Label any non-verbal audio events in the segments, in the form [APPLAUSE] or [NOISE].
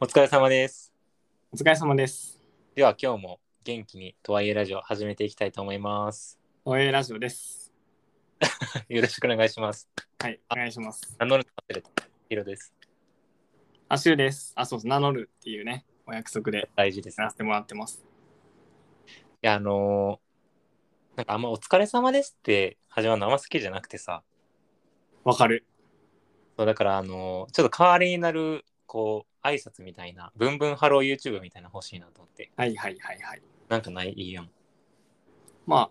疲れ様です。お疲れ様です。では今日も元気にとはいえラジオ始めていきたいと思います。 [LAUGHS] おえラジオです。よろしくお願いします。はい、お願いします。名乗るの忘れた。ヒロです。アシュです。あ、そうそう、名乗るっていうね、お約束で大事です。いやらせてもらってます。や、あのーなんかあんまお疲れ様ですって始まるのあんま好きじゃなくてさ、わかる。そうだからあのーちょっと代わりになる、こう、挨拶みたいな、ブンブンハロー YouTube みたいなの欲しいなと思って。はいはいはいはい。なんかない、いいやん。まあ、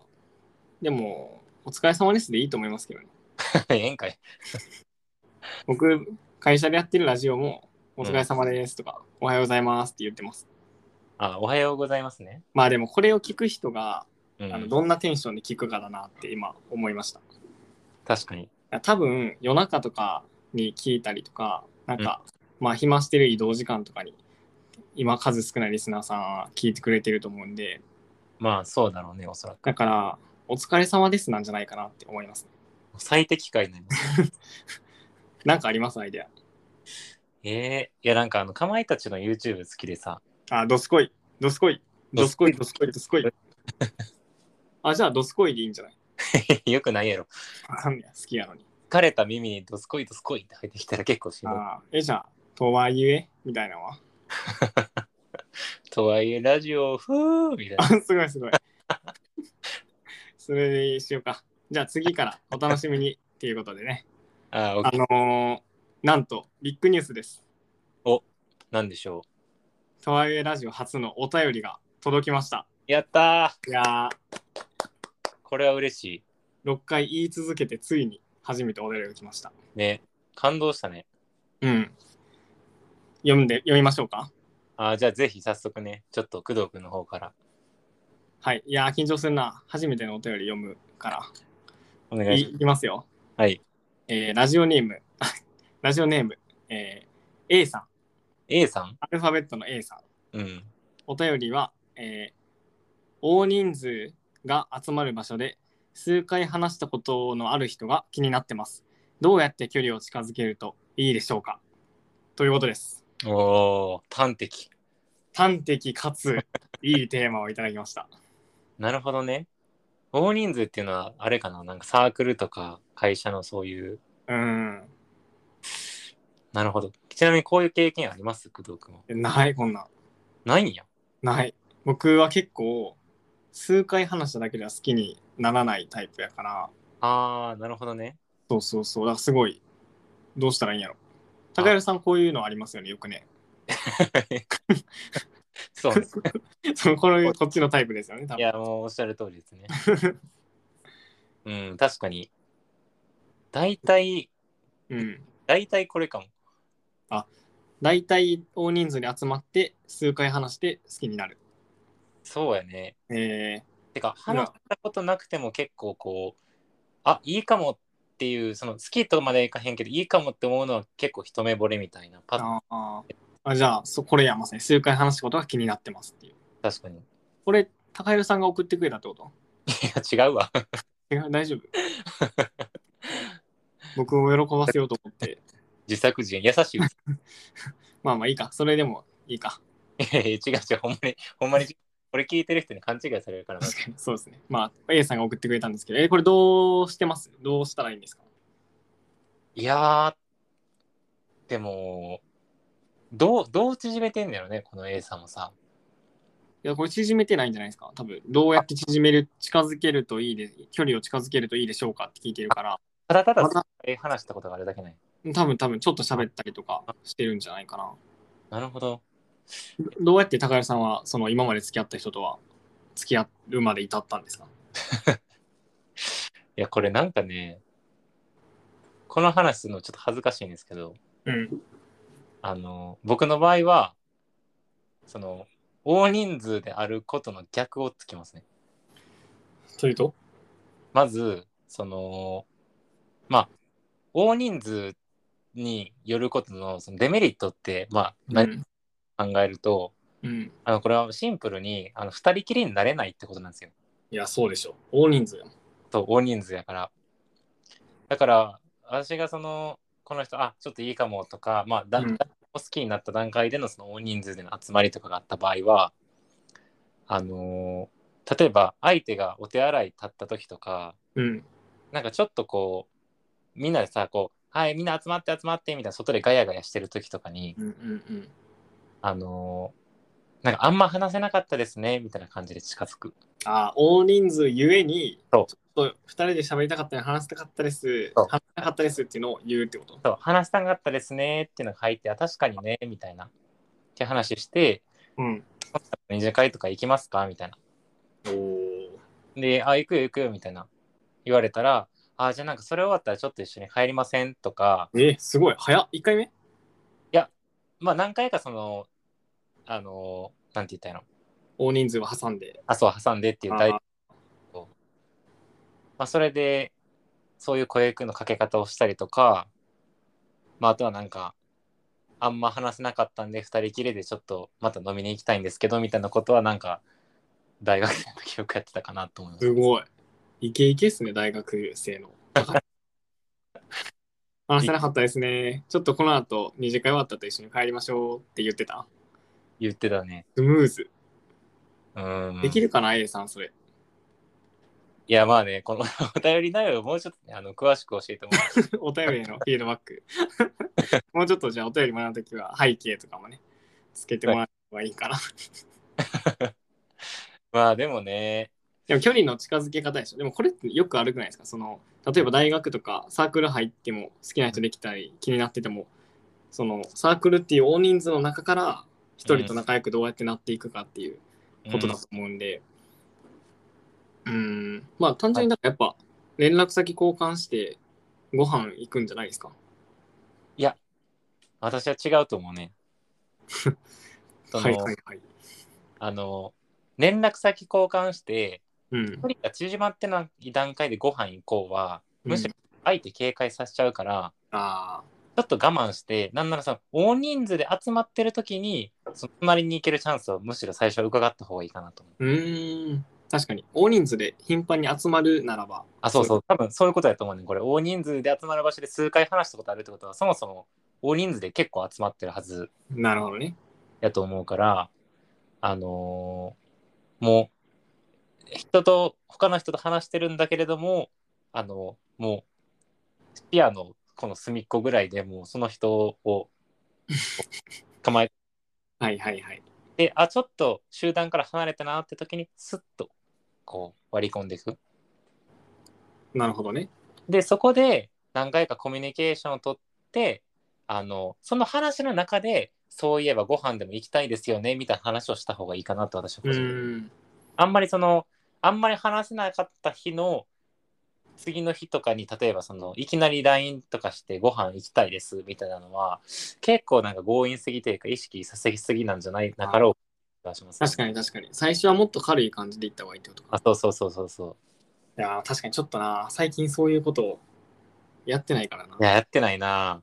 でも、お疲れ様ですでいいと思いますけどね。 [LAUGHS] ええんかい。僕、会社でやってるラジオも、お疲れ様ですとか、おはようございますって言ってます。あ、おはようございますね。まあでも、これを聞く人が、うんあのどんなテンションで聞くかだなって今思いました。確かに。多分夜中とかに聞いたりとかなんか、まあ暇してる移動時間とかに今数少ないリスナーさんは聞いてくれてると思うんでまあそうだろうね、おそらく。だから「お疲れ様です」なんじゃないかなって思います、ね、最適解になります。 [LAUGHS] なんかありますアイデえー、いやなんかあの、かまいたちの YouTube 好きでさ、アあどすこいどすこいどすこいどすこいどすこいあじゃあどすこいでいいんじゃない [LAUGHS] よくないやろ。あかんねや好きやのに疲れた耳にどすこいどすこいって入ってきたら結構しんどい。あえじゃあとはいえみたいなのはとはいえ、ラジオ、ふーみたい [LAUGHS] あな。すごいす [LAUGHS] ごいそれでしようかじゃあ次からお楽しみにっていうことでねあー、おあのーなんとビッグニュースです。なんでしょとはいえラジオ初のお便りが届きました。う。やったいやーこれは嬉しー、6回言い続けてついに初めてお便りが来ました。い。ね。感動したね。うん。読んで、読みましょうか。あーじゃあぜひ早速ね、ちょっと工藤くんの方からはい。いやー、緊張するな。初めてのお便り読むかお願ら。いいします。いきますよ。はい。えーラジオネーム、 [LAUGHS] ラジオネーム、えー A さん、 A さんアルファベットの A さん。うん。お便りは、えー大人数が集まる場所で数回話したことのある人が気になってます。どうやって距離を近づけるといいでしょうかということです。おー、端的。端的かついいテーマをいただきました。なるほどね。大人数っていうのは、あれかななんかサークルとか会社のそういう。うん。なるほど。ちなみにこういう経験あります工藤くんは。ない、こんなん。ないんや。ない。僕は結構、数回話しただけでは好きにならないタイプやから、あー、なるほどね。そうそうそう、だからすごい、どうしたらいいんやろ。高橋さん、こういうのありますよね、よくね。 [LAUGHS] そう [LAUGHS] ね。そうこのこっちのタイプですよね、多分いや、もうおっしゃる通りですね。うん、確かに。大体、うん。大体これかも。大体大人数で集まって数回話して好きになる。そうやね。えてか、話したことなくても結構こう、あ、いいかもっていう、その好きとまではいかへんけど、いいかもって思うのは結構一目惚れみたいな。ー、パッあああじゃあそこれやまさに数回話すことが気になってますっていう。確かに。いこれ高弘さんが送ってくれたってことや、違うわ。違 [LAUGHS] う大丈夫僕を喜ばせようと思って。自作自演、優しい。まあまあいいか。それでもいいか。いやいや違う違う、ほんまに、ほんまに、これ聞いてる人に勘違いされるからな。確かに。そうですね。まあ A さんが送ってくれたんですけど、え、これどうしてますどうしたらいいんですかいやー、でも、どう、どう縮めてんだよね、この A さんもさ。いや、これ縮めてないんじゃないですか多分、どうやって縮める、近づけるといいで、距離を近づけるといいでしょうかって聞いてるから、ただただまたえー話したことがあるだけない。多分多分ちょっと喋ったりとかしてるんじゃないかな。なるほど。どどうやって高谷さんはその今まで付き合った人とは付き合うまで至ったんですかいや、これなんかね、この話するのちょっと恥ずかしいんですけど、うん。あの、僕の場合は、その、大人数であることの逆をつきますね。というとまず、その、まあ、大人数によることのそのデメリットって、まあ、何ん。考えると、うん。あのこれはシンプルにあの2人きりになれないってことなんですよ。いや、そうでしょ。大人数やもん。そう大人数やから。だから私がそのこの人あちょっといいかもとかまあだ、うんだ好きになった段階でのその大人数での集まりとかがあった場合はあのー例えば相手がお手洗い立った時とかうん。なんかちょっとこうみんなでさこう「はいみんな集まって集まって」みたいな外でガヤガヤしてる時とかにうんうんうん。あのーなんかあんま話せなかったですねみたいな感じで近づく。あー大人数ゆえに、そうちょっと2人で喋りたかったり、話したかったです、そう話したかったですっていうのを言うってこと。そう話したかったですねっていうのが入ってあ確かにねみたいなって話してうん。二次会とか行きますかみたいなおお。であ行くよ行くよみたいな言われたらあじゃあなんかそれ終わったらちょっと一緒に帰りませんとかえー、すごい。早っ。1回目まあ何回かそのあのなんて言ったらいいの大人数を挟んで。あそう挟んでっていう大あーまあ、それでそういう声のかけ方をしたりとか、まあ、あとはなんかあんま話せなかったんで2人きりでちょっとまた飲みに行きたいんですけどみたいなことはなんか大学生の時よくやってたかなと思います。すごい。イケイケっすね、大学 [LAUGHS] 生の。話せなかったですね。ちょっとこの後、二次会終わったと一緒に帰りましょうって言ってた。言ってたね。スムーズ。うん。できるかな、A さん、それ。 [LAUGHS] いやまあねこの [LAUGHS] お便り内容をもうちょっとね、あの詳しく教え [LAUGHS] てもらう。お便り [LAUGHS] へのフィードバック。 [LAUGHS] もうちょっとじゃあお便りもらうときは背景とかもね、つけてもらえばいいかな。まあでもねでも距離の近づけ方でしょ。でもこれってよくあるくないですかその、例えば大学とかサークル入っても好きな人できたり気になってても、そのサークルっていう大人数の中から一人と仲良くどうやってなっていくかっていうことだと思うんで、うん、まあ単純になんかやっぱ連絡先交換してご飯行くんじゃないですか。私は違うと思う [LAUGHS] ね。そのはいはいはい。あの連絡先交換してうん距。離が縮まってない段階でご飯行こうはむしろうん相手警戒させちゃうから、ああ。ちょっと我慢して、なんならさ、大人数で集まってる時に、その隣に行けるチャンスをむしろ最初は伺った方がいいかなと思う。うーん確かに大人数で頻繁に集まるならばあ、そうそうう、多分そういうことだと思うね。これ、大人数で集まる場所で数回話したことあるってことは、そもそも大人数で結構集まってるはずなるほどねやと思うから、あのーもう、人と、他の人と話してるんだけれども、あのもう、視野のこの隅っこぐらいでもう、その人を構えはいはいはいで、あ、ちょっと集団から離れたなって時に、スッとこう割り込んでいく。なるほどねで、そこで何回かコミュニケーションをとって、あの、その話の中で、そういえばご飯でも行きたいですよね、みたいな話をした方がいいかなと私はう個人的にーんあんまりその、あんまり話せなかった日の、次の日とかに例えばそのいきなり LINE とかしてご飯行きたいですみたいなのは結構なんか強引すぎというか意識させすぎなんじゃないなかろうか気がします、確かに確かに最初はもっと軽い感じでいった方がいいってことかあそうそうそうそうそういやー確かにちょっとな最近そういうことをやってないからないや、やってないな。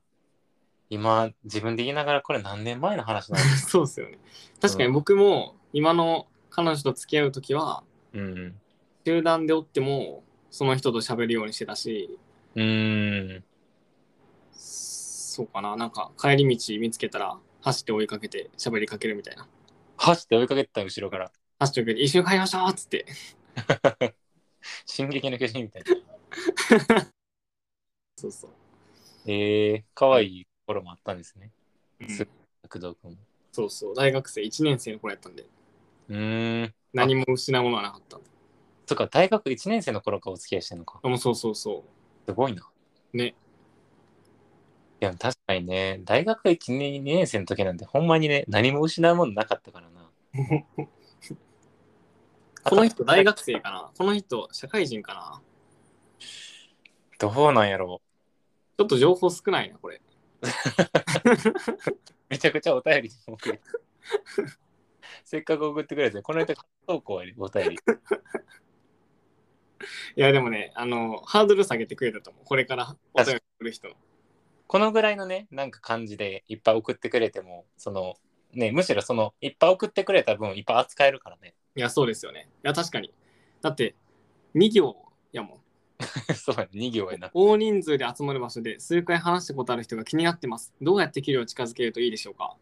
今、自分で言いながら、これ何年前の話なのそうですよね確かに僕も今の彼女と付 [LAUGHS] き合う時はうん。集団でおってもその人と喋るようにしてたしうーん。そうかななんか帰り道見つけたら走って追いかけて喋りかけるみたいな走って追いかけてた、後ろから。走って追いかけて一緒に帰りましょうっつって進撃の巨人みたいな。そうそうえー、かわいい頃もあったんですね。うんす工藤君も。そうそう、大学生1年生の頃やったんで、うーん。何も失うものはなかった。そっか、大学1年生の頃からお付き合いしてるのか。でもそうそうそすごいな。ねいや、確かにね、大学1年、2年生の時なんて、ほんまにね、何も失うものなかったからな。う。 [LAUGHS] この人、大学生かなこの人、社会人かなどうなんやろう。ちょっと情報少ないな、これ。めちゃくちゃお便りもくれて [LAUGHS] せっかく送ってくれて、この間、投稿やりお便り。いや、でもね、あの、ハードル下げてくれたと思う。これからお便り来る人の。このぐらいのね、なんか感じでいっぱい送ってくれても、その、ね、むしろその、いっぱい送ってくれた分、いっぱい扱えるからね。 [LAUGHS] いや、そうですよね。いや、確かに。だって、2行やもん。そうやね、2行やな。大人数で集まる場所で数回話したことある人が気になってます。どうやって距離を近づけるといいでしょうか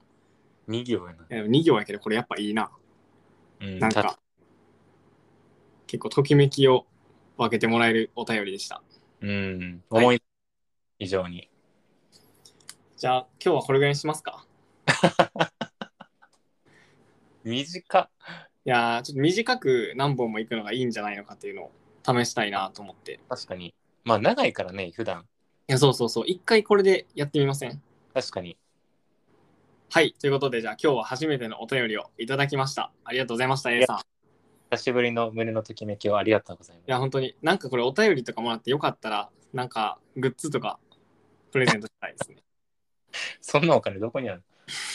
2行やな。えー2行やけどこれやっぱいいな。うん、なんたか、結構ときめきを分けてもらえるお便りでした。うん、はい思い以上に。じゃあ今日はこれぐらいにしますか。短っ。いやーちょっと短く何本も行くのがいいんじゃないのかっていうのを試したいなと思って。い確かに。まあ、長いからね、普段。や、そうそうそう。一回これでやってみません確かに。はい。ということで、じゃあ今日は初めてのお便りをいただきました。ありがとうございました、A さん。い久しぶりの胸のときめきをありがとうございます。や、本当になんかこれお便りとかもらってよかったら、なんかグッズとかプレゼントしたいですね。そんなお金どこにある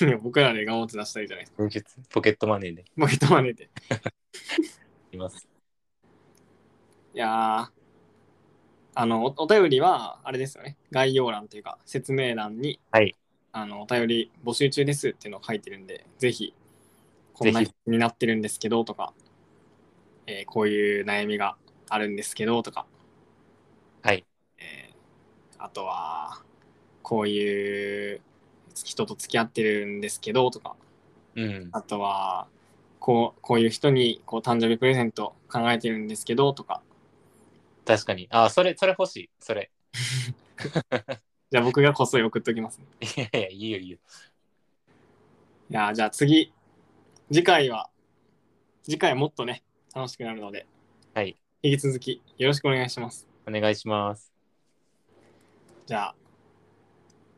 いや [LAUGHS] 僕らで頑張って出したいじゃないですか。現実ポケットマネーでもう一まねで。います。いやーあのお、お便りは、あれですよね。概要欄というか、説明欄に、はいあの、お便り募集中ですっていうのを書いてるんで、ぜひ、こんなぜにひなってるんですけどとか、えーこういう悩みがあるんですけどとか、はい。えーあとは、こういう人と付き合ってるんですけどとか、うん。あとはこうこういう人にこう誕生日プレゼント考えてるんですけどとか確かに。あ、それ、それ欲しい。それ。 [LAUGHS] じゃあ僕がこっそり送っときます、ね、いやいや、いいよいいよ。いやーじゃあ次次回は次回もっとね楽しくなるのではい。引き続きよろしくお願いしますお願いします。じゃ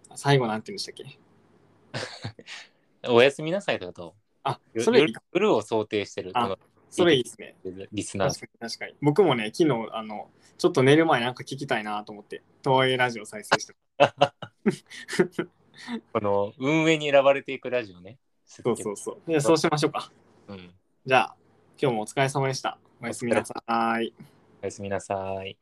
あ最後なんて言うんでしたっけおやすみなさいとかどあうそれいい夜夜を想定してる。あこのそれいいですねリスナー確かに確かに僕もね昨日あのちょっと寝る前なんか聞きたいなと思って東映ラジオ再生して [LAUGHS] この運営に選ばれていくラジオね。そうそうそうじゃあそうしましょうかうん。じゃあ今日もお疲れ様でしたおやすみなさーいおやすみなさい。